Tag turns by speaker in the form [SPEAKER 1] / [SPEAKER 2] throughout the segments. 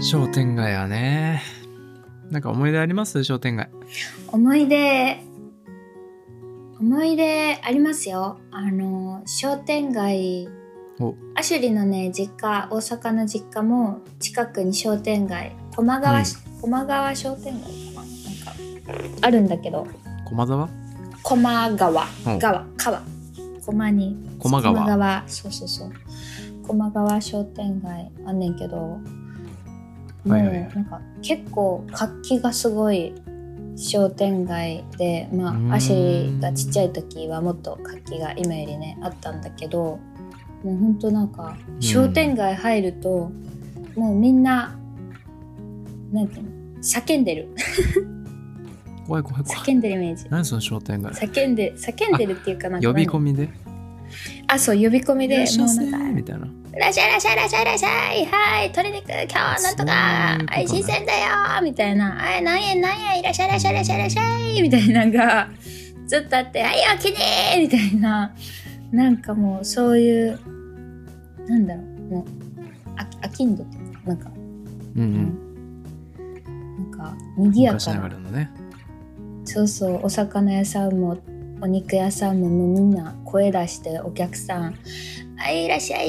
[SPEAKER 1] 商店街はねなんか思い出あります商店街
[SPEAKER 2] 思い出思い出ありますよあの商店街
[SPEAKER 1] お
[SPEAKER 2] アシュリのね実家大阪の実家も近くに商店街駒川し、駒川商店街かななんかあるんだけど
[SPEAKER 1] 駒沢
[SPEAKER 2] 駒川
[SPEAKER 1] うん
[SPEAKER 2] 川川駒に
[SPEAKER 1] 駒川
[SPEAKER 2] そうそうそう駒川商店街あんねんけどもう
[SPEAKER 1] はいはいはい
[SPEAKER 2] なんか結構活気がすごい商店街で
[SPEAKER 1] う
[SPEAKER 2] ま
[SPEAKER 1] ーん
[SPEAKER 2] あ足がちっちゃい時はもっと活気が今よりねあったんだけどもうほんとなんか
[SPEAKER 1] ん
[SPEAKER 2] 商店街入ると、もうみんななんていうの叫んでる
[SPEAKER 1] 怖い怖い怖い
[SPEAKER 2] 叫んでるイメージ
[SPEAKER 1] 何その商店街
[SPEAKER 2] 叫んで叫んでるっていうかなんか
[SPEAKER 1] 呼び込
[SPEAKER 2] み
[SPEAKER 1] みで
[SPEAKER 2] あそう呼び込
[SPEAKER 1] 「
[SPEAKER 2] み
[SPEAKER 1] いら
[SPEAKER 2] で
[SPEAKER 1] っしゃ
[SPEAKER 2] も
[SPEAKER 1] いうませ
[SPEAKER 2] なんか
[SPEAKER 1] みたい
[SPEAKER 2] 「
[SPEAKER 1] な
[SPEAKER 2] いらっしゃいいらっしゃいいらっしゃいいらっしゃいはい鶏肉今日なんと
[SPEAKER 1] そういうこと
[SPEAKER 2] か
[SPEAKER 1] ね
[SPEAKER 2] はい新鮮だよ」みたいな「あ何円何円いらっしゃいいらっしゃいいらっしゃいいらっしゃい」みたいなのがずっとあって「はいおきにー」みたいななんかもうそういうなんだろうもうあ飽きんどっていうかなんか
[SPEAKER 1] うんうん
[SPEAKER 2] なんか賑や
[SPEAKER 1] 昔
[SPEAKER 2] か
[SPEAKER 1] な
[SPEAKER 2] な
[SPEAKER 1] がらのね
[SPEAKER 2] そうそうお魚屋さんもお肉屋さんももうみんな声出してお客さん「はいいらっしゃい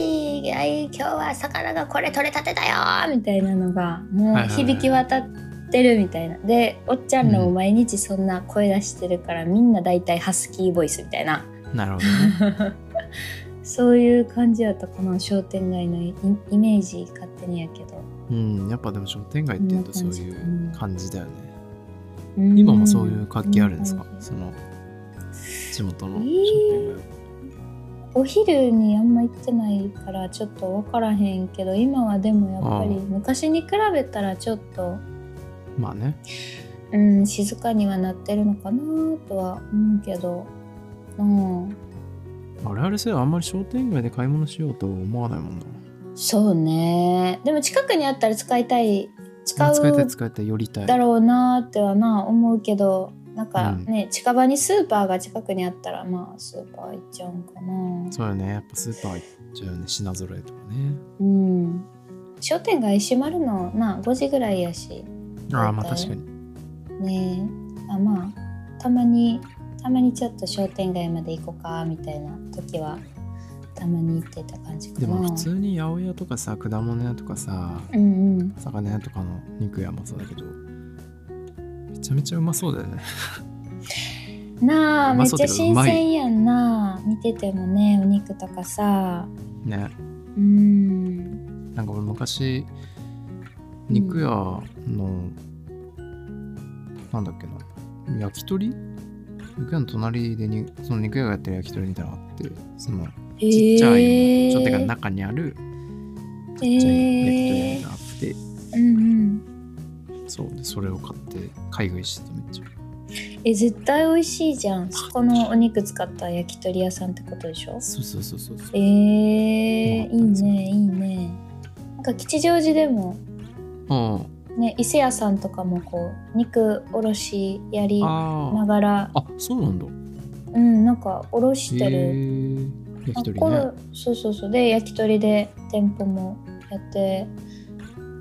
[SPEAKER 2] はい今日は魚がこれ取れたてだよ」みたいなのがもう
[SPEAKER 1] はいはいはい
[SPEAKER 2] 響き渡ってるみたいな、でおっちゃんらも毎日そんな声出してるから、みんな大体ハスキーボイスみたいな
[SPEAKER 1] なるほどね
[SPEAKER 2] そういう感じやったこの商店街のイイメージ勝手にやけど
[SPEAKER 1] うんやっぱでも商店街っていうとそうい
[SPEAKER 2] こんな
[SPEAKER 1] う感じだよね今もそういう活気あるんですか
[SPEAKER 2] う
[SPEAKER 1] その地元の
[SPEAKER 2] えー
[SPEAKER 1] 商店街は
[SPEAKER 2] お昼にあんま行ってないからちょっと分からへんけど今はでもやっぱり
[SPEAKER 1] あ
[SPEAKER 2] 昔に比べたらちょっと、
[SPEAKER 1] まあね
[SPEAKER 2] うん、静かにはなってるのかなとは思うけど、うん、
[SPEAKER 1] 我々世代はあんまり商店街で買い物しようと思わないもんな
[SPEAKER 2] そうねでも近くにあったら使いたい使
[SPEAKER 1] 使いたいう使いたい寄りたい
[SPEAKER 2] だろうなってはな思うけどなんかね、近場にスーパーが近くにあったらまあスーパー行っちゃうんかな。
[SPEAKER 1] そうよねやっぱスーパー行っちゃうよね品揃えとかね
[SPEAKER 2] うん、商店街閉まるのな5時ぐらいやし。
[SPEAKER 1] ああ
[SPEAKER 2] 大体
[SPEAKER 1] まあ確かに
[SPEAKER 2] ねえあまあたまにたまにちょっと商店街まで行こうかみたいな時はたまに行ってた感じかな
[SPEAKER 1] でも普通に八百屋とかさ果物屋とかさ
[SPEAKER 2] うんうん
[SPEAKER 1] 魚屋とかの肉屋もそうだけどめちゃめちゃうまそうだよね
[SPEAKER 2] なあ
[SPEAKER 1] うま
[SPEAKER 2] めっ
[SPEAKER 1] そう
[SPEAKER 2] ちゃ
[SPEAKER 1] ってい
[SPEAKER 2] 新
[SPEAKER 1] うかうまい
[SPEAKER 2] 鮮やんな見ててもねお肉とかさ
[SPEAKER 1] ね
[SPEAKER 2] うん
[SPEAKER 1] なんか俺昔肉屋の、なんだっけな焼き鳥肉屋の隣でにその肉屋がやってる焼き鳥みたいなのがあってそのちっちゃい、ちょっとてか中にある
[SPEAKER 2] え
[SPEAKER 1] ちっちゃい
[SPEAKER 2] ー、
[SPEAKER 1] 焼き鳥屋みたいなのがあって、
[SPEAKER 2] うんうん
[SPEAKER 1] そうでそれを買って買い食いしてためっちゃ
[SPEAKER 2] え絶対美味しいじゃんそこのお肉使った焼き鳥屋さんってことでしょ
[SPEAKER 1] そうそうそうそうそう
[SPEAKER 2] えー、いい
[SPEAKER 1] よかったです
[SPEAKER 2] ねいいねなんか吉祥寺でも
[SPEAKER 1] あ
[SPEAKER 2] ね、伊勢屋さんとかもこう肉おろしやりな
[SPEAKER 1] あ
[SPEAKER 2] がら
[SPEAKER 1] あそうなんだへ
[SPEAKER 2] うんなんかおろしてる、
[SPEAKER 1] え焼き鳥
[SPEAKER 2] あこ
[SPEAKER 1] ね
[SPEAKER 2] れそうそうそうで焼き鳥で店舗もやって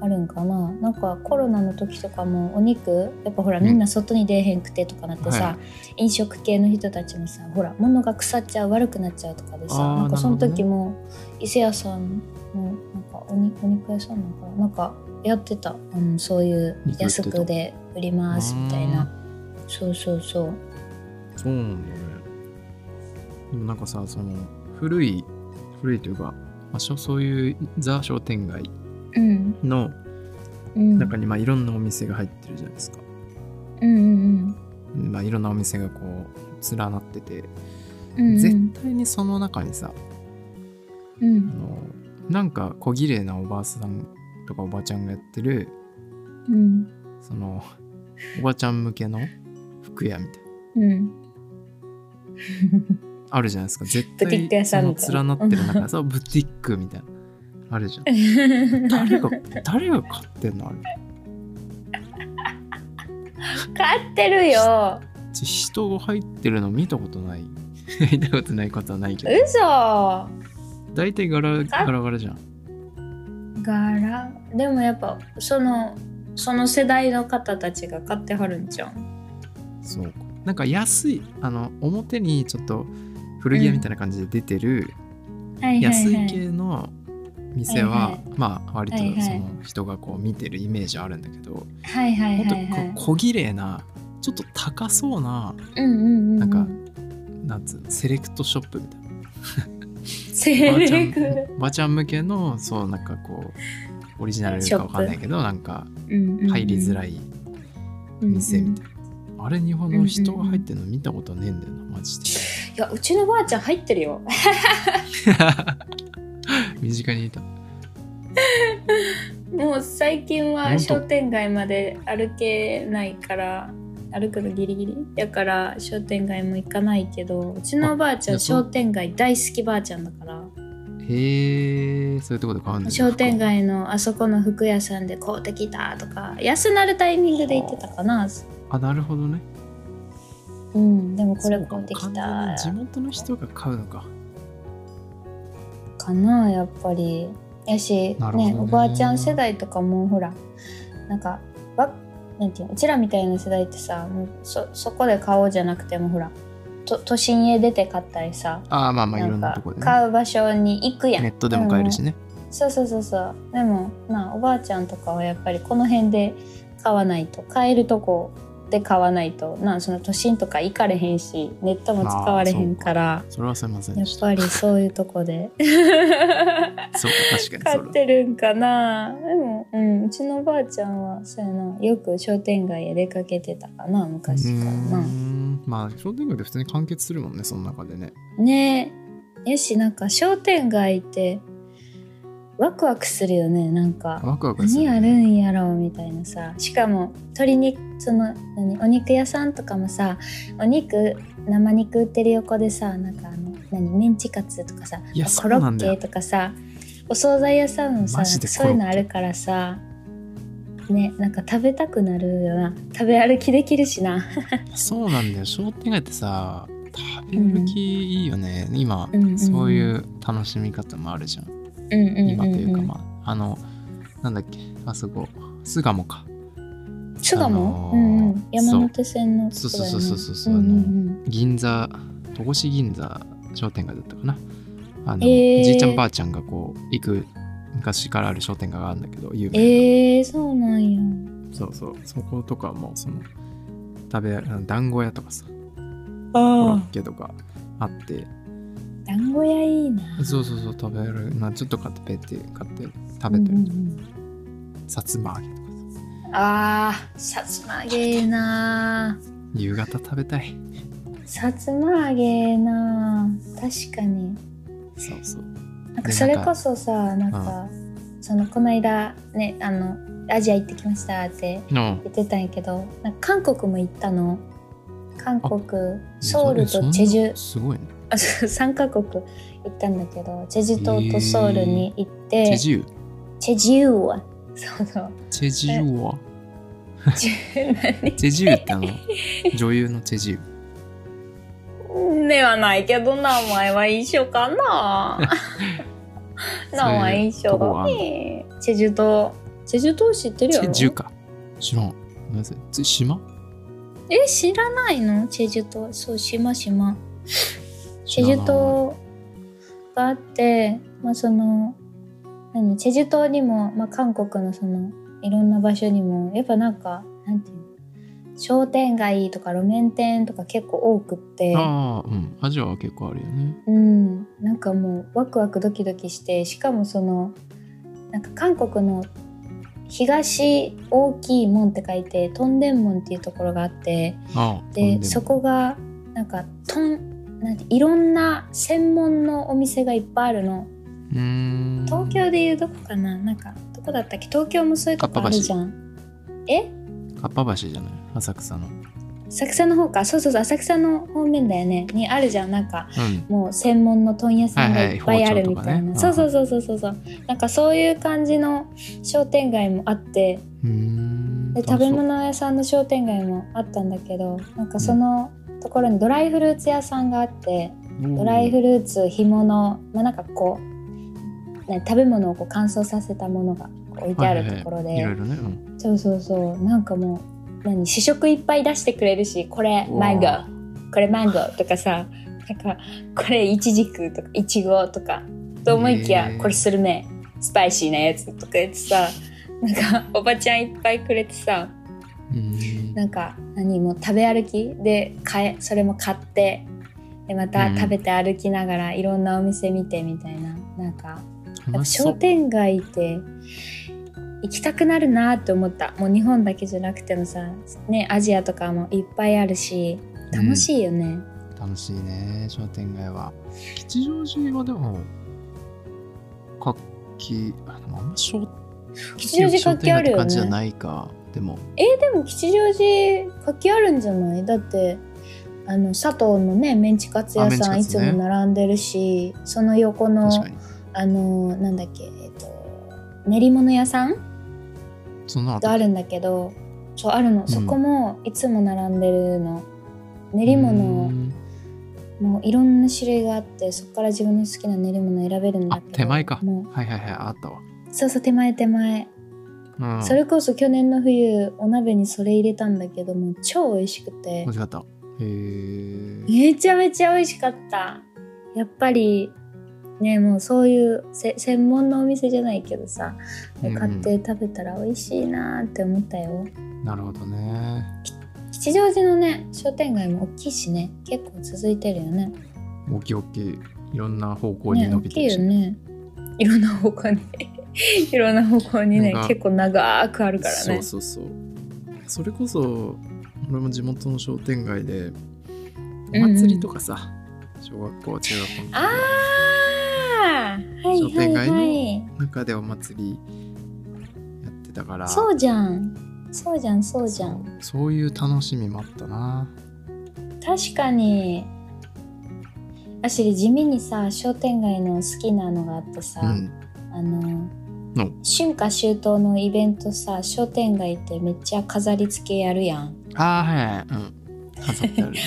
[SPEAKER 2] あるんかななんかコロナの時とかもお肉やっぱほら
[SPEAKER 1] うん
[SPEAKER 2] みんな外に出えへんくてとかなってさ、
[SPEAKER 1] は
[SPEAKER 2] 飲食系の人たちもさほら物が腐っちゃう悪くなっちゃうとかでさ
[SPEAKER 1] あー
[SPEAKER 2] なんかその時
[SPEAKER 1] なる
[SPEAKER 2] も伊勢屋さんのなんかおにお肉屋さんなんかななんかやってた、うん、そういう
[SPEAKER 1] 肉売ってた
[SPEAKER 2] 安くで売りますみたいなそうそうそう
[SPEAKER 1] そうなんだよね。でもなんかさ、その古い、古いというか、まあ、しょそういうザ商店街
[SPEAKER 2] うん
[SPEAKER 1] の
[SPEAKER 2] うん
[SPEAKER 1] 中にまあいろんなお店が入ってるじゃないですか。
[SPEAKER 2] うんうん
[SPEAKER 1] まあ、いろんなお店がこう連なってて、
[SPEAKER 2] うんうん
[SPEAKER 1] 絶対にその中にさ、
[SPEAKER 2] う
[SPEAKER 1] あ
[SPEAKER 2] ん
[SPEAKER 1] のなんか小綺麗なおばあさんとかおばあちゃんがやってる、
[SPEAKER 2] うん
[SPEAKER 1] そのおばあちゃん向けの服屋みたいな。
[SPEAKER 2] うん
[SPEAKER 1] あるじゃないですか絶
[SPEAKER 2] ブティック
[SPEAKER 1] 対
[SPEAKER 2] 屋
[SPEAKER 1] そ
[SPEAKER 2] さん
[SPEAKER 1] の
[SPEAKER 2] みたいな
[SPEAKER 1] 連なってる中そうブティックみたいなあるじゃん誰が誰が買ってんのあれ
[SPEAKER 2] 買ってるよ
[SPEAKER 1] ち人が入ってるの見たことない 見たことないことはないけど
[SPEAKER 2] 嘘
[SPEAKER 1] 大体ガラガラガラじゃん
[SPEAKER 2] 柄でもやっぱそのその世代の方たちが買ってはるんじゃん
[SPEAKER 1] そうなんか安いあの表にちょっと古着屋みたいな感じで出てる
[SPEAKER 2] はいは
[SPEAKER 1] 安
[SPEAKER 2] い
[SPEAKER 1] い
[SPEAKER 2] はい
[SPEAKER 1] 系の店は、
[SPEAKER 2] はいはい
[SPEAKER 1] まあ割とそ
[SPEAKER 2] はいはい
[SPEAKER 1] の人がこう見てるイメージあるんだけど、
[SPEAKER 2] はいはいはいは
[SPEAKER 1] 本
[SPEAKER 2] い
[SPEAKER 1] 当こう小綺麗なちょっと高そうな
[SPEAKER 2] うんうんうん
[SPEAKER 1] なんかなんつうのセレクトショップみたいな
[SPEAKER 2] セ
[SPEAKER 1] ばあちゃ
[SPEAKER 2] レク
[SPEAKER 1] んおばあちゃん向けのそうなんかこうオリジナルかわかんないけどなんか入りづら
[SPEAKER 2] い
[SPEAKER 1] い店みたいな、あれ日本の人が入ってるの見たことねえんだよなマジで
[SPEAKER 2] いやうちのばあちゃん入ってるよ
[SPEAKER 1] 身近にいた
[SPEAKER 2] もう最近
[SPEAKER 1] ほん
[SPEAKER 2] は
[SPEAKER 1] と
[SPEAKER 2] 商店街まで歩けないから歩くのギリギリだから商店街も行かないけどうちのばあちゃ
[SPEAKER 1] あいや
[SPEAKER 2] ん
[SPEAKER 1] そう
[SPEAKER 2] 商店街大好きばあちゃんだから
[SPEAKER 1] へえそういうとこで買うんだ
[SPEAKER 2] 商店
[SPEAKER 1] 街
[SPEAKER 2] 街のあそこの服屋さんで買うてきたとか安なるタイミングで行ってたかな
[SPEAKER 1] あなるほどね
[SPEAKER 2] うんでもこれ
[SPEAKER 1] そうか
[SPEAKER 2] 買うてき
[SPEAKER 1] 完全
[SPEAKER 2] た
[SPEAKER 1] に地元の人が買うのか
[SPEAKER 2] かなやっぱりやし、
[SPEAKER 1] な
[SPEAKER 2] ね
[SPEAKER 1] るほどね
[SPEAKER 2] おばあちゃん世代とかもほらなんかわなんていうのうちらみたいな世代ってさもうそそこで買おうじゃなくてもほらと都心へ出て買ったりさ
[SPEAKER 1] ああまあまあい
[SPEAKER 2] な
[SPEAKER 1] ろん
[SPEAKER 2] ん
[SPEAKER 1] な
[SPEAKER 2] か
[SPEAKER 1] とこで、ね、
[SPEAKER 2] 買う場所に行くやん
[SPEAKER 1] ネットでも買えるしね
[SPEAKER 2] そうそうそうそうでもまあおばあちゃんとかはやっぱりこの辺で買わないと買えるとこで買わないとなその都心とか行かれへんしネットも使われへんから
[SPEAKER 1] それはすいません
[SPEAKER 2] や
[SPEAKER 1] で
[SPEAKER 2] っ
[SPEAKER 1] した
[SPEAKER 2] ぱりそういうとこで
[SPEAKER 1] そう確か
[SPEAKER 2] 買
[SPEAKER 1] にそ
[SPEAKER 2] っ
[SPEAKER 1] れ
[SPEAKER 2] てるんかなでも、うん、うちのおばあちゃんはそうやなよく商店街へ出かけてたかな昔
[SPEAKER 1] うー
[SPEAKER 2] からな。
[SPEAKER 1] んまあ商店街で普通に完結するもんねその中でね
[SPEAKER 2] ねえやしなんか商店街ってワクワクするよねなんか。
[SPEAKER 1] ワクワクする
[SPEAKER 2] 何
[SPEAKER 1] よ
[SPEAKER 2] や
[SPEAKER 1] ね、
[SPEAKER 2] るんやろうみたいなさしかも鶏肉その何お肉屋さんとかもさお肉生肉売ってる横でさなんかあの何メンチカツとかさ
[SPEAKER 1] いや
[SPEAKER 2] コロ
[SPEAKER 1] そうな
[SPEAKER 2] ッ
[SPEAKER 1] んだよ
[SPEAKER 2] ケとかさお惣菜屋さんもさ
[SPEAKER 1] マ
[SPEAKER 2] な
[SPEAKER 1] ジ
[SPEAKER 2] ん
[SPEAKER 1] で
[SPEAKER 2] か
[SPEAKER 1] コ
[SPEAKER 2] そう
[SPEAKER 1] ロッケ
[SPEAKER 2] いうのあるからさねなんか食べたくなるよな食べ歩きできるしな
[SPEAKER 1] そうなんだよ商店街ってさ食べ歩きいいよね、今、
[SPEAKER 2] うんうんうん
[SPEAKER 1] そういう楽しみ方もあるじゃん
[SPEAKER 2] うんうんうん
[SPEAKER 1] 今というか
[SPEAKER 2] うん
[SPEAKER 1] まああのなんだっけあそこ巣鴨か
[SPEAKER 2] 巣鴨、
[SPEAKER 1] あのー
[SPEAKER 2] うんうん山手線の
[SPEAKER 1] そう
[SPEAKER 2] とこやな
[SPEAKER 1] そうそうそうそうそう
[SPEAKER 2] うんうん
[SPEAKER 1] 銀座戸越銀座商店街だったかなあの、
[SPEAKER 2] えー
[SPEAKER 1] じいちゃんばあちゃんがこう行く昔からある商店街があるんだけど有
[SPEAKER 2] うん
[SPEAKER 1] 名な
[SPEAKER 2] えー、そうなんや
[SPEAKER 1] そうそうそことかもその食べあの団子屋とかさコロ
[SPEAKER 2] あ
[SPEAKER 1] ッケとかあって
[SPEAKER 2] 団子屋いいな
[SPEAKER 1] そうそうそう食べるなちょっと買ってペッて買って食べて
[SPEAKER 2] う
[SPEAKER 1] る、
[SPEAKER 2] んうん
[SPEAKER 1] さつま揚げとかさ
[SPEAKER 2] うんあーさつま揚げえな
[SPEAKER 1] 夕方食べたい
[SPEAKER 2] さつま揚げえな確かに
[SPEAKER 1] そうそう
[SPEAKER 2] なん
[SPEAKER 1] で
[SPEAKER 2] かそれこそさなんかそのこの間ねあのアジア行ってきましたって
[SPEAKER 1] の
[SPEAKER 2] 言ってたんやけどなんか韓国も行ったの韓国ソウル
[SPEAKER 1] そ
[SPEAKER 2] と
[SPEAKER 1] んな
[SPEAKER 2] チェジュ
[SPEAKER 1] すごいね
[SPEAKER 2] あ3カ国行ったんだけどチェジュ島とソウルに行って、
[SPEAKER 1] チェジュ
[SPEAKER 2] チェジュはそう そう
[SPEAKER 1] チェジュは
[SPEAKER 2] チェ何
[SPEAKER 1] チェジ ュってあの女優のチェジュ
[SPEAKER 2] ではないけど名前は一緒か な名前一緒だねチェジュ島チェジュ島知ってる
[SPEAKER 1] チ
[SPEAKER 2] よ
[SPEAKER 1] ェジュか知らんなぜつ島
[SPEAKER 2] え知らないのチェジュ島そう島島チェジュ
[SPEAKER 1] と
[SPEAKER 2] 島があってまあその何チェジュ島にも、まあ、韓国のそのいろんな場所にもやっぱなんかなんていうの商店街とか路面店とか結構多くって
[SPEAKER 1] ああうんアジアは結構あるよね
[SPEAKER 2] うん、なんかもうワクワクドキドキしてしかもそのなんか韓国の東大きい門って書いてトンデン門っていうところがあって
[SPEAKER 1] ああ
[SPEAKER 2] でそこがなんかトンなんていろんな専門のお店がいっぱいあるの
[SPEAKER 1] うーん
[SPEAKER 2] 東京でいうどこかななんかどこだったっけ東京もそういうとこあるじゃんえ
[SPEAKER 1] かっぱ橋じゃない浅草のうん
[SPEAKER 2] 浅草の方かそうそうそう浅草の方面だよねにあるじゃんなんかもう専門の問屋さんがいっぱいあるみたいな、
[SPEAKER 1] はいはい包丁とかね
[SPEAKER 2] そうそうそうそうそうそうなんかそういう感じの商店街もあって
[SPEAKER 1] うーん
[SPEAKER 2] で食
[SPEAKER 1] 楽しそう
[SPEAKER 2] べ物屋さんの商店街もあったんだけどなんかそのところにドライフルーツ屋さんがあって、ドライフルーツ干物まあなんかこうな食べ物をこう乾燥させたものが置いてあるところで、
[SPEAKER 1] いろいろね、うん、
[SPEAKER 2] そうそうそうなんかもう何試食いっぱい出してくれるしこれ
[SPEAKER 1] うわ
[SPEAKER 2] マンゴーこれマンゴーとかさなんかこれイチジクとかイチゴとかと思いきや、
[SPEAKER 1] へえ
[SPEAKER 2] これスルメスパイシーなやつとか言ってさなんかおばちゃんいっぱいくれてさ
[SPEAKER 1] うん
[SPEAKER 2] なんか何もう食べ歩きで買えそれも買ってでま
[SPEAKER 1] う
[SPEAKER 2] た
[SPEAKER 1] ん
[SPEAKER 2] 食べて歩きながらいろんなお店見てみたいななんかやっぱ
[SPEAKER 1] 楽しそ
[SPEAKER 2] 商
[SPEAKER 1] う
[SPEAKER 2] 店街って行きたくなるなって思ったもう日本だけじゃなくてもさねアジアとかもいっぱいあるし楽しいよね、
[SPEAKER 1] 楽しいね商店街は吉祥寺はでも活気あでもあんま商
[SPEAKER 2] 吉祥寺活気ある
[SPEAKER 1] 商店街って
[SPEAKER 2] よ
[SPEAKER 1] 感じじゃ
[SPEAKER 2] ね
[SPEAKER 1] ないかでも
[SPEAKER 2] えでも吉祥寺活気あるんじゃないだってあの佐藤のねメンチカツ屋さ
[SPEAKER 1] あ
[SPEAKER 2] ん、
[SPEAKER 1] メン
[SPEAKER 2] い
[SPEAKER 1] チ
[SPEAKER 2] つ
[SPEAKER 1] カツね
[SPEAKER 2] も並んでるしその横の
[SPEAKER 1] 確かに
[SPEAKER 2] あのなんだっけ、えっと、練り物屋さん
[SPEAKER 1] そんなの
[SPEAKER 2] があ
[SPEAKER 1] る
[SPEAKER 2] るんだけどそうあるの、そこもいつも並んでるの練り物もういろんな種類があってそこから自分の好きな練り物を選べるんだけど
[SPEAKER 1] あ手前か
[SPEAKER 2] もう
[SPEAKER 1] はいはいはいあったわ、
[SPEAKER 2] そうそう手前手前、
[SPEAKER 1] うん、
[SPEAKER 2] それこそ去年の冬お鍋にそれ入れたんだけどもう超美味しくて
[SPEAKER 1] 美味しかったへえ
[SPEAKER 2] めちゃめちゃ美味しかったやっぱりねもうそういうせ専門のお店じゃないけどさ
[SPEAKER 1] うん
[SPEAKER 2] 買って食べたら美味しいなーって思ったよ、
[SPEAKER 1] なるほどね
[SPEAKER 2] 吉祥寺のね商店街も大きいしね結構続いてるよね
[SPEAKER 1] 大きい大きいいろんな方向に
[SPEAKER 2] ね
[SPEAKER 1] 伸
[SPEAKER 2] 大
[SPEAKER 1] び
[SPEAKER 2] き
[SPEAKER 1] て
[SPEAKER 2] い
[SPEAKER 1] る
[SPEAKER 2] よ
[SPEAKER 1] し、
[SPEAKER 2] ねいろんな方向に いろんな方向にね
[SPEAKER 1] なんか
[SPEAKER 2] 結構長くあるからね
[SPEAKER 1] そうそうそうそれこそ俺も地元の商店街でお祭りとかさ、小学校中学校の
[SPEAKER 2] ああーはい
[SPEAKER 1] 商
[SPEAKER 2] は
[SPEAKER 1] 店街
[SPEAKER 2] い
[SPEAKER 1] の
[SPEAKER 2] はい
[SPEAKER 1] 中でお祭りやってたから
[SPEAKER 2] そうじゃんそうじゃんそうじゃん
[SPEAKER 1] そういう楽しみもあったな
[SPEAKER 2] 確かにあしり地味にさ商店街の好きなのがあってさ、
[SPEAKER 1] うん
[SPEAKER 2] あの春夏秋冬のイベントさ商店街ってめっちゃ飾り付けやるやん
[SPEAKER 1] あーはいはいうん飾って あるね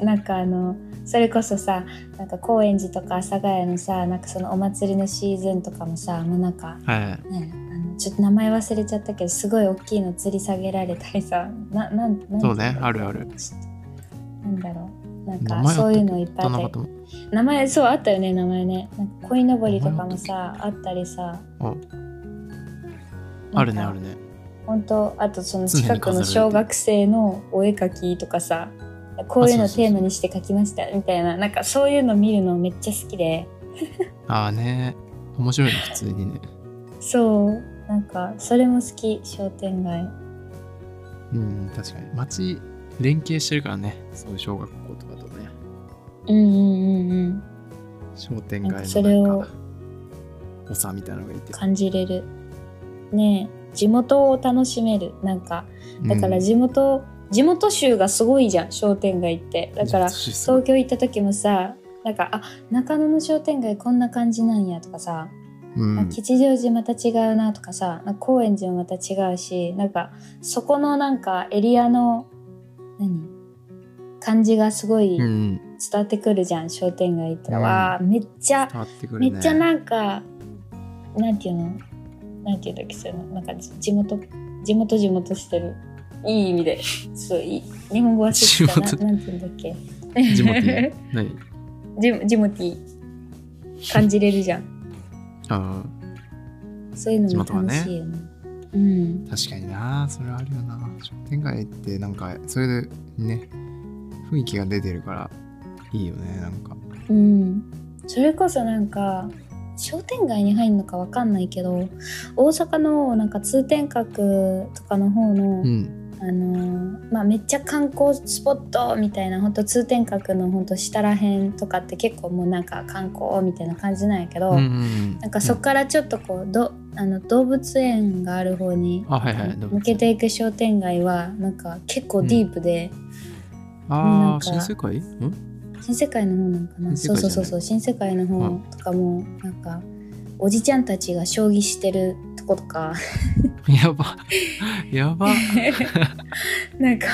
[SPEAKER 2] なんかあのそれこそさなんか高円寺とか阿佐ヶ谷のさなんかそのお祭りのシーズンとかもさもうなんか、
[SPEAKER 1] はいはい
[SPEAKER 2] ね、あのちょっと名前忘れちゃったけどすごい大きいの吊り下げられたりさ ななんなん
[SPEAKER 1] そうねあるある
[SPEAKER 2] ちょっとなんだろうなん
[SPEAKER 1] 名
[SPEAKER 2] か
[SPEAKER 1] 前あった
[SPEAKER 2] そ
[SPEAKER 1] っ
[SPEAKER 2] う
[SPEAKER 1] け
[SPEAKER 2] いうのいっぱい
[SPEAKER 1] どんな
[SPEAKER 2] あ
[SPEAKER 1] こ
[SPEAKER 2] った
[SPEAKER 1] と
[SPEAKER 2] り
[SPEAKER 1] も
[SPEAKER 2] 名前そうあったよね名前ねなんか鯉のぼりとかもさあったりさ
[SPEAKER 1] お
[SPEAKER 2] なんか
[SPEAKER 1] あるねあるね
[SPEAKER 2] 本当あとその近くの小学生のお絵描きとかさこういうのテーマにして描きましたみたいななんかそういうの見るのめっちゃ好きで
[SPEAKER 1] ああね面白いね普通にね
[SPEAKER 2] そうなんかそれも好き商店街
[SPEAKER 1] うん確かに町連携してるからねそういう小学校とかとね
[SPEAKER 2] うんうんうんうん
[SPEAKER 1] 商店街の
[SPEAKER 2] なん
[SPEAKER 1] なん
[SPEAKER 2] か
[SPEAKER 1] か
[SPEAKER 2] それを
[SPEAKER 1] おさみたいなのがいて
[SPEAKER 2] 感じれるねえ地元を楽しめるなんかだから
[SPEAKER 1] うん
[SPEAKER 2] 地元、地元州がすごいじゃん商店街ってだから
[SPEAKER 1] そう
[SPEAKER 2] 東京行った時もさなんかあ中野の商店街こんな感じなんやとかさ、
[SPEAKER 1] うん
[SPEAKER 2] あ吉祥寺また違うなとかさなんか高円寺もまた違うしなんかそこのなんかエリアの何感じがすごい
[SPEAKER 1] うん
[SPEAKER 2] 伝
[SPEAKER 1] うん
[SPEAKER 2] わってくるじゃん、商店街行ったら、
[SPEAKER 1] うん
[SPEAKER 2] わあめっちゃ、
[SPEAKER 1] 変わってくる
[SPEAKER 2] め
[SPEAKER 1] ね
[SPEAKER 2] っちゃなんかなんていうのなんていうんだっけそういうのなんかじ地元地元地元してるいい意味ですごいいい日本語忘れて
[SPEAKER 1] 地
[SPEAKER 2] たな
[SPEAKER 1] 元
[SPEAKER 2] なんていうんだっけ
[SPEAKER 1] ジモテ ィー何
[SPEAKER 2] ジムジモティ感じれるじゃん。
[SPEAKER 1] あ
[SPEAKER 2] そういうの
[SPEAKER 1] 地
[SPEAKER 2] も
[SPEAKER 1] 元はね
[SPEAKER 2] 楽しいよね。うん
[SPEAKER 1] ー、確かになそれはあるよな商店街ってなんかそれでね雰囲気が出てるからいいよねなんか
[SPEAKER 2] うん、それこそなんか商店街に入るのかわかんないけど大阪のなんか通天閣とかの方の、
[SPEAKER 1] うん
[SPEAKER 2] あのーまあ、めっちゃ観光スポットみたいな本当通天閣の本当下らへんとかって結構もうなんか観光みたいな感じなんやけど、
[SPEAKER 1] うんうん
[SPEAKER 2] なんかそっからちょっとこうどあの動物園がある方に
[SPEAKER 1] あはいはい動物園
[SPEAKER 2] 抜けていく商店街はなんか結構ディープで、
[SPEAKER 1] あ
[SPEAKER 2] な
[SPEAKER 1] あ
[SPEAKER 2] んか
[SPEAKER 1] 新世界ん
[SPEAKER 2] 新世界の方なんかなそ
[SPEAKER 1] 新世
[SPEAKER 2] う
[SPEAKER 1] 界
[SPEAKER 2] そ
[SPEAKER 1] じゃないう
[SPEAKER 2] そうそう新世界の
[SPEAKER 1] う
[SPEAKER 2] 方とかもなんかおじちゃんたちが将棋してるとことか
[SPEAKER 1] やば やば
[SPEAKER 2] なんか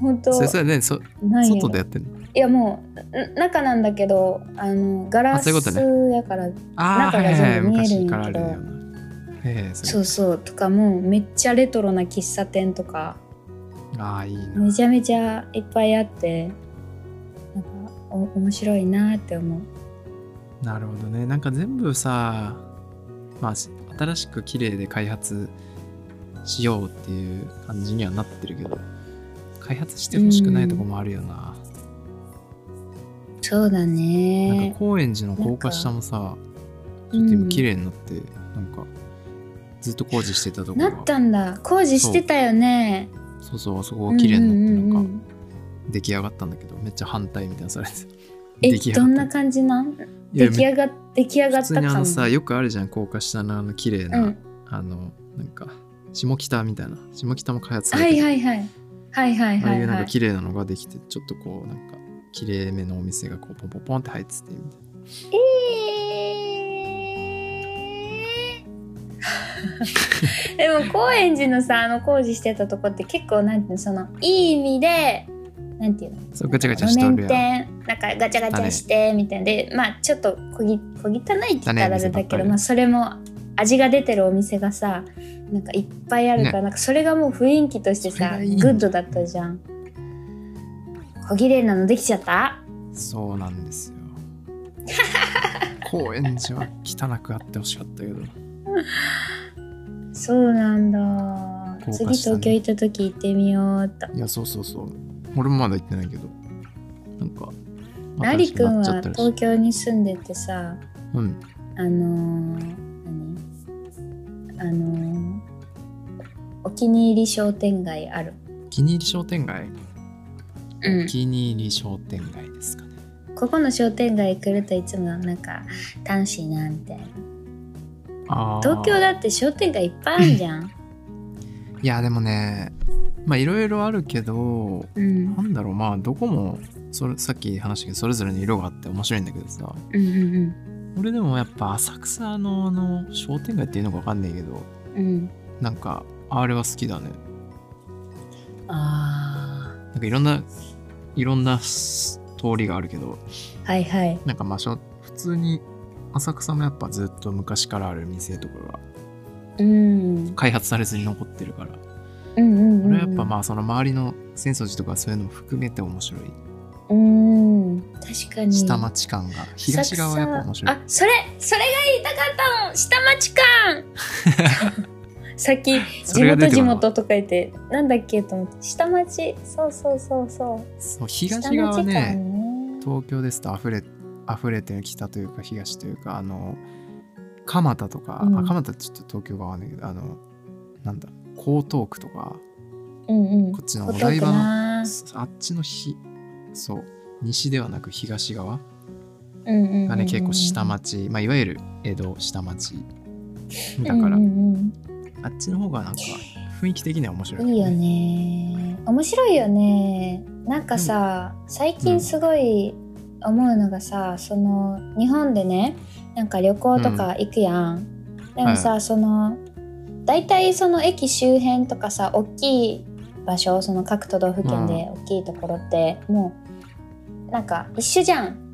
[SPEAKER 2] 本当
[SPEAKER 1] それさねそ
[SPEAKER 2] ない
[SPEAKER 1] 外でやってんの
[SPEAKER 2] いやもうん中なんだけどあのガラ
[SPEAKER 1] あ
[SPEAKER 2] ス
[SPEAKER 1] そういうことね
[SPEAKER 2] やから
[SPEAKER 1] ああ、
[SPEAKER 2] 中
[SPEAKER 1] は
[SPEAKER 2] が
[SPEAKER 1] いはいはい、
[SPEAKER 2] 全部見える
[SPEAKER 1] 昔
[SPEAKER 2] んやけど
[SPEAKER 1] からあるような。ええそ
[SPEAKER 2] そううそうとかもうめっちゃレトロな喫茶店とか
[SPEAKER 1] ああ、いいな。
[SPEAKER 2] めちゃめちゃいっぱいあってなんかお面白いなって思う
[SPEAKER 1] なるほどね。なんか全部さ、まあ、し新しく綺麗で開発しようっていう感じにはなってるけど、開発してほしくないとこもあるよな。
[SPEAKER 2] そうだ
[SPEAKER 1] なん
[SPEAKER 2] ね
[SPEAKER 1] か高円寺の高架下もさ、ちょっと今綺麗になって、なんかずっと工事してたとこ
[SPEAKER 2] な
[SPEAKER 1] が
[SPEAKER 2] ったんだ工事してたよね
[SPEAKER 1] そうそうあそこが綺麗にな
[SPEAKER 2] う
[SPEAKER 1] っ
[SPEAKER 2] んう
[SPEAKER 1] て
[SPEAKER 2] ん
[SPEAKER 1] なんか出来上がったんだけど、めっちゃ反対みたいなのされて
[SPEAKER 2] え
[SPEAKER 1] 出来上が
[SPEAKER 2] ど
[SPEAKER 1] った
[SPEAKER 2] んな感じなん
[SPEAKER 1] い
[SPEAKER 2] 出
[SPEAKER 1] や
[SPEAKER 2] 来上がっ出来上が
[SPEAKER 1] 普
[SPEAKER 2] った
[SPEAKER 1] 通にあ
[SPEAKER 2] 感
[SPEAKER 1] のさよくあるじゃん高架下のあの綺麗な、
[SPEAKER 2] うん
[SPEAKER 1] あのなんか下北みたいな下北も開発され
[SPEAKER 2] は
[SPEAKER 1] て
[SPEAKER 2] い
[SPEAKER 1] て
[SPEAKER 2] はいはいはいはい
[SPEAKER 1] ああ
[SPEAKER 2] はいいう
[SPEAKER 1] なん
[SPEAKER 2] は
[SPEAKER 1] か
[SPEAKER 2] い
[SPEAKER 1] 綺麗なのができてちょっとこうなんか綺麗めのお店がこうポンポンポンって入っててみたいな
[SPEAKER 2] えー でも高円寺のさあの工事してたとこって結構なんていうのそのいい意味でなんていうの
[SPEAKER 1] そうガチャガチャ
[SPEAKER 2] 路
[SPEAKER 1] してお
[SPEAKER 2] 面
[SPEAKER 1] るやん
[SPEAKER 2] 店なんかガチャガチャしてみたいで、まあちょっと小ぎ小汚いって言ったらあれだけ
[SPEAKER 1] だね店ばっか
[SPEAKER 2] ど、
[SPEAKER 1] り
[SPEAKER 2] まあ、それも味が出てるお店がさなんかいっぱいあるから、なんかそれがもう雰囲気として
[SPEAKER 1] それ
[SPEAKER 2] さ
[SPEAKER 1] がいいんだ
[SPEAKER 2] グッドだったじゃん小綺麗なのできちゃった
[SPEAKER 1] そうなんですよ高円寺は汚くあってほしかったけど
[SPEAKER 2] そうなんだ、
[SPEAKER 1] 高架下
[SPEAKER 2] 次
[SPEAKER 1] ね
[SPEAKER 2] 東京行った時行ってみようっと
[SPEAKER 1] いやそうそうそう俺もまだ行ってないけどなんか
[SPEAKER 2] なりくん
[SPEAKER 1] 新しくなっちゃ
[SPEAKER 2] は
[SPEAKER 1] ったらしい
[SPEAKER 2] 東京に住んでてさ
[SPEAKER 1] うん
[SPEAKER 2] あのー、何あのー、お気に入り商店街ある
[SPEAKER 1] お気に入り商店街、
[SPEAKER 2] うん
[SPEAKER 1] お気に入り商店街ですかね
[SPEAKER 2] ここの商店街来るといつもなんか楽しいなみたいな
[SPEAKER 1] あー
[SPEAKER 2] 東京だって商店街いっぱいあるじゃん
[SPEAKER 1] いやでもねまあいろいろあるけど
[SPEAKER 2] うん
[SPEAKER 1] なんだろうまあどこもそれさっき話したけどそれぞれに色があって面白いんだけどさ
[SPEAKER 2] うんうん
[SPEAKER 1] 俺でもやっぱ浅草のあの商店街っていうのか分かんないけど
[SPEAKER 2] うんうん
[SPEAKER 1] なんかあれは好きだね
[SPEAKER 2] あ
[SPEAKER 1] なんかいろんないろんな通りがあるけど
[SPEAKER 2] ーはいはい
[SPEAKER 1] なんかまあしょ普通に浅草もやっぱずっと昔からある店とかが
[SPEAKER 2] うんうん
[SPEAKER 1] 開発されずに残ってるから
[SPEAKER 2] うんうん
[SPEAKER 1] 俺はやっぱまあその周りの浅草寺とかそういうのも含めて面白い
[SPEAKER 2] うん確かに
[SPEAKER 1] 下町感が東側はやっぱ面白い
[SPEAKER 2] あそれそれが言いたかったの下町 感さっき
[SPEAKER 1] そ
[SPEAKER 2] 地
[SPEAKER 1] れ
[SPEAKER 2] 元
[SPEAKER 1] が出て
[SPEAKER 2] 地
[SPEAKER 1] こなかった
[SPEAKER 2] 元とか言ってなんだっけと思って下町そうそうそうそう
[SPEAKER 1] そう東側
[SPEAKER 2] 下町
[SPEAKER 1] ね
[SPEAKER 2] 感ね
[SPEAKER 1] 東京ですと溢れ溢れてきたというか東というかあの蒲田とか、
[SPEAKER 2] うん
[SPEAKER 1] あ蒲田ちょっと東京側だけどあのなんだ江東区とか
[SPEAKER 2] うんうん
[SPEAKER 1] こっちの
[SPEAKER 2] ほ
[SPEAKER 1] お
[SPEAKER 2] っと
[SPEAKER 1] 台
[SPEAKER 2] く
[SPEAKER 1] 場の
[SPEAKER 2] な
[SPEAKER 1] あっちのひそう西ではなく東側
[SPEAKER 2] うんうんうんうん
[SPEAKER 1] がね結構下町、まあ、いわゆる江戸下町だから、
[SPEAKER 2] うんうん
[SPEAKER 1] あっちの方がなんか雰囲気的には面白
[SPEAKER 2] う
[SPEAKER 1] い、
[SPEAKER 2] んいいよね面白いよねなんかさ最近すごい思うのがさ、その日本でねなんか旅行とか行くやん、でもさ、その大体その駅周辺とかさ大きい場所その各都道府県で大きいところって、もうなんか一緒じゃん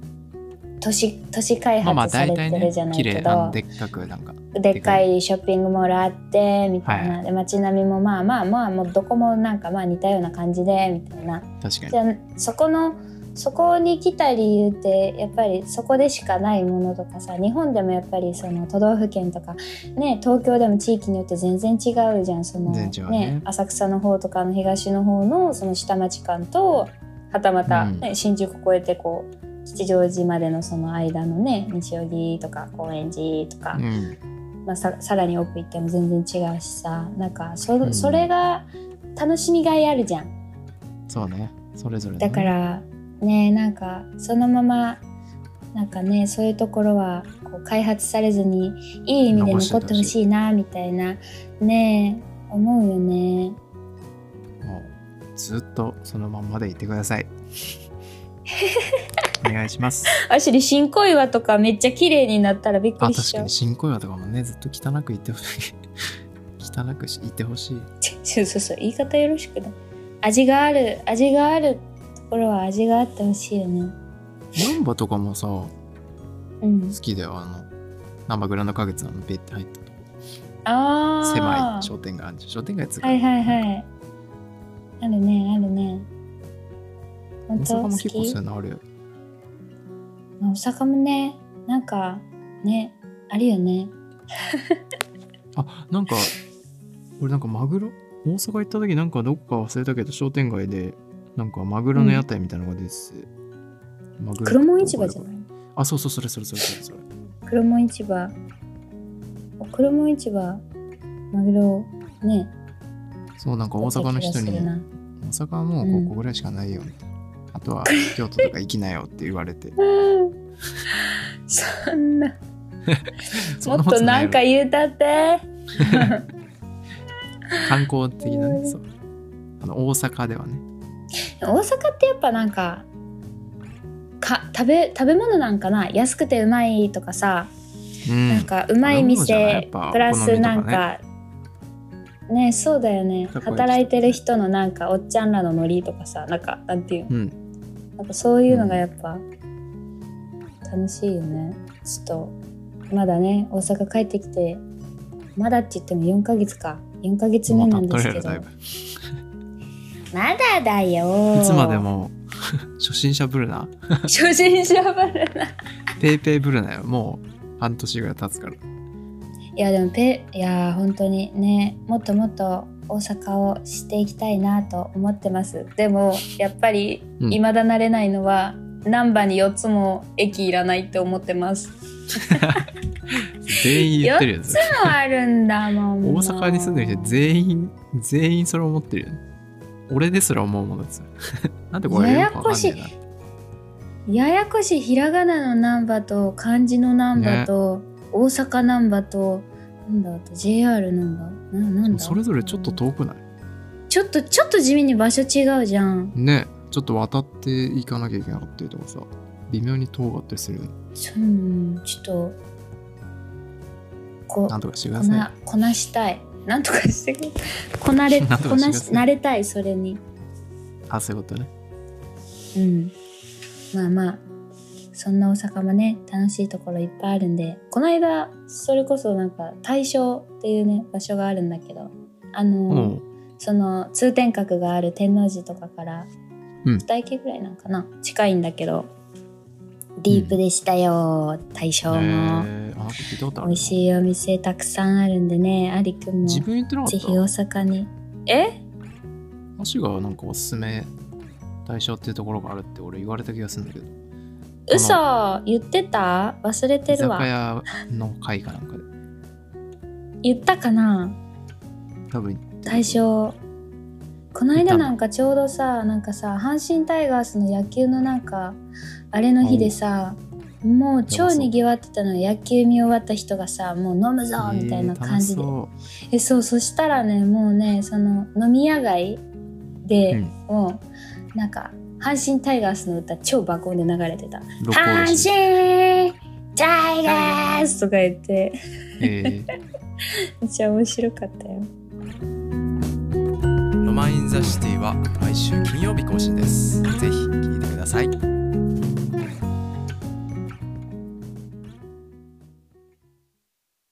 [SPEAKER 2] 都市都市開
[SPEAKER 1] まあまあ
[SPEAKER 2] 発さ
[SPEAKER 1] 大
[SPEAKER 2] れ
[SPEAKER 1] 体
[SPEAKER 2] てる
[SPEAKER 1] ね
[SPEAKER 2] じゃない
[SPEAKER 1] 綺
[SPEAKER 2] け
[SPEAKER 1] 麗
[SPEAKER 2] ど、
[SPEAKER 1] なでっかくなんか
[SPEAKER 2] でっかいショッピングモールあってみたいな、
[SPEAKER 1] は
[SPEAKER 2] で街並みもまあまあまあもうどこもなんかまあ似たような感じでみたいな
[SPEAKER 1] 確かに
[SPEAKER 2] じゃあそこのそこに来た理由ってやっぱりそこでしかないものとかさ日本でもやっぱりその都道府県とかね東京でも地域によって全然違うじゃんその
[SPEAKER 1] 全然違うね
[SPEAKER 2] 浅草の方とかの東の方のその下町感とはたまた、
[SPEAKER 1] うん
[SPEAKER 2] ね新宿越えてこう吉祥寺までのその間のね西荻とか高円寺とか、
[SPEAKER 1] うん
[SPEAKER 2] まあ、ささらに奥行っても全然違うしさなんかそ,、
[SPEAKER 1] うん
[SPEAKER 2] それが楽しみがいあるじゃん。
[SPEAKER 1] そうねそれぞれ、ね、
[SPEAKER 2] だからねなんかそのままなんかねそういうところはこう開発されずにいい意味で
[SPEAKER 1] 残して
[SPEAKER 2] 残ってほしいなみたいなね思うよね。
[SPEAKER 1] もうずっとそのまんまでいてくださ い。お願いします。
[SPEAKER 2] あしり新小岩とかめっちゃ綺麗になったらびっく
[SPEAKER 1] あ、
[SPEAKER 2] りし
[SPEAKER 1] 確
[SPEAKER 2] ち
[SPEAKER 1] か
[SPEAKER 2] ゃう
[SPEAKER 1] に。新小岩とかもね、ずっと汚くいてほしい。 汚くしいてほしい。
[SPEAKER 2] そうそうそう言い方よろしくね。味がある味があるとろは味があってほしいよね
[SPEAKER 1] ナンバとかもさ好
[SPEAKER 2] うん
[SPEAKER 1] きだよあのナンバグランド花月のベって入ったとこ
[SPEAKER 2] ああ
[SPEAKER 1] 狭い商店街あるじゃん商店街っつうか
[SPEAKER 2] はいはいはいあるねあるね
[SPEAKER 1] 大
[SPEAKER 2] 本当
[SPEAKER 1] 阪も
[SPEAKER 2] 好
[SPEAKER 1] 結構そう
[SPEAKER 2] き
[SPEAKER 1] いうのあるよ
[SPEAKER 2] まあ大阪もねなんかねあるよね
[SPEAKER 1] あなんか俺なんかマグロ大阪行った時なんかどこか忘れたけど商店街でなんかマグロの屋台みたいなのが出てて、マグロ
[SPEAKER 2] 黒門市場じゃ
[SPEAKER 1] い
[SPEAKER 2] ない
[SPEAKER 1] あそうそうそれそれそれそれそれ
[SPEAKER 2] 黒門市場黒門市場マグロね
[SPEAKER 1] そうなんか大阪の人に
[SPEAKER 2] だった気がするな
[SPEAKER 1] 大阪はもうここぐらいしかないよみたいな、あとは京都とか行きなよって言 われて
[SPEAKER 2] そんなも
[SPEAKER 1] そんな
[SPEAKER 2] っ
[SPEAKER 1] ことな
[SPEAKER 2] ない
[SPEAKER 1] よ
[SPEAKER 2] んか言うたって
[SPEAKER 1] 観光的なねそうあの大阪ではね
[SPEAKER 2] 大阪ってやっぱなんかか食べ食べ物なんかな安くてうまいとかさ、
[SPEAKER 1] うん
[SPEAKER 2] なんかうまい
[SPEAKER 1] 食べ物じゃないやっ
[SPEAKER 2] 店
[SPEAKER 1] ぱ
[SPEAKER 2] プラ
[SPEAKER 1] お好み
[SPEAKER 2] ス
[SPEAKER 1] とか
[SPEAKER 2] な
[SPEAKER 1] ね
[SPEAKER 2] んかねそうだよね
[SPEAKER 1] かっこいい
[SPEAKER 2] 働いてる人のなんかおっちゃんらのノリとかさなんかなんていうの
[SPEAKER 1] うん
[SPEAKER 2] なんかそういうのがやっぱ楽しいよねちょっとまだね大阪帰ってきてまだって言っても4ヶ月か4ヶ月目
[SPEAKER 1] も
[SPEAKER 2] な
[SPEAKER 1] う経
[SPEAKER 2] ん
[SPEAKER 1] っ
[SPEAKER 2] で
[SPEAKER 1] と
[SPEAKER 2] す
[SPEAKER 1] るや
[SPEAKER 2] けど
[SPEAKER 1] ろだいぶ
[SPEAKER 2] まだだよ
[SPEAKER 1] いつまでも 初心者ぶるな
[SPEAKER 2] 初心者ぶるな
[SPEAKER 1] ペイペイぶるなよもう半年ぐらい経つから
[SPEAKER 2] いやでもペいやー本当にねもっともっと大阪を知っていきたいなと思ってますでもやっぱり
[SPEAKER 1] うん
[SPEAKER 2] 未だ慣れないのは、難波に4つも駅いらないって思って ます
[SPEAKER 1] 全員言ってるや
[SPEAKER 2] 4
[SPEAKER 1] つ
[SPEAKER 2] つもあるんだもん
[SPEAKER 1] 大阪に住んでる人全員全員それ思ってるよね俺ですら思うものです よなんでこれ
[SPEAKER 2] ややこしいややこしいひらがなの難波と漢字の難波と、大阪難波となんだあと JR 難波ななんだ
[SPEAKER 1] それぞれちょっと遠くない
[SPEAKER 2] ちょっとちょっと地味に場所違うじゃん
[SPEAKER 1] ねちょっと渡っていかなきゃいけなかったりとかさ微妙に遠かったりするよね
[SPEAKER 2] ちょうんちょっとこ
[SPEAKER 1] なんとかしてくだ
[SPEAKER 2] こ
[SPEAKER 1] さい
[SPEAKER 2] なこなしたいなんとかしてくれこなれ
[SPEAKER 1] なんと
[SPEAKER 2] こ
[SPEAKER 1] かしてください
[SPEAKER 2] なし慣れたいそれに
[SPEAKER 1] あそういうことね
[SPEAKER 2] うんまあまあそんな大阪もね楽しいところいっぱいあるんでこの間それこそなんか大正っていうね場所があるんだけどあの、
[SPEAKER 1] うん
[SPEAKER 2] その通天閣がある天王寺とかから
[SPEAKER 1] うん
[SPEAKER 2] 二駅ぐらいなんかな、近いんだけどディープでしたよ、大
[SPEAKER 1] え
[SPEAKER 2] 正も、
[SPEAKER 1] ー、あなんか聞いたことある
[SPEAKER 2] 美味しいお店たくさんあるんでねありくんも
[SPEAKER 1] 自
[SPEAKER 2] ぜ
[SPEAKER 1] 分言ってなか
[SPEAKER 2] ひ大
[SPEAKER 1] っ
[SPEAKER 2] 阪にえ
[SPEAKER 1] た足がなんかおすすめ対象っていうところがあるって俺言われた気がするんだけどの
[SPEAKER 2] 嘘言ってた忘れて
[SPEAKER 1] 居
[SPEAKER 2] る
[SPEAKER 1] 酒
[SPEAKER 2] わ
[SPEAKER 1] 屋の会かなんかで
[SPEAKER 2] 言ったかな
[SPEAKER 1] 多分
[SPEAKER 2] 大正この間なんかちょうどさなんかさ阪神タイガースの野球のなんかあれの日でさもう超にぎわってたのよ野球見終わった人がさもう飲むぞみたいな感じで、
[SPEAKER 1] えー楽し
[SPEAKER 2] えそうそしたらねもうねその飲み屋街で、
[SPEAKER 1] うん
[SPEAKER 2] もうなんか阪神タイガースの歌超爆音で流れてた
[SPEAKER 1] そう
[SPEAKER 2] 「
[SPEAKER 1] 六甲おろし
[SPEAKER 2] 阪神タイガース!」とか言って
[SPEAKER 1] えー
[SPEAKER 2] めっちゃ面白かったよ
[SPEAKER 1] ロマン・イン・ザ・シティは毎週金曜日更新ですぜひ聞いてください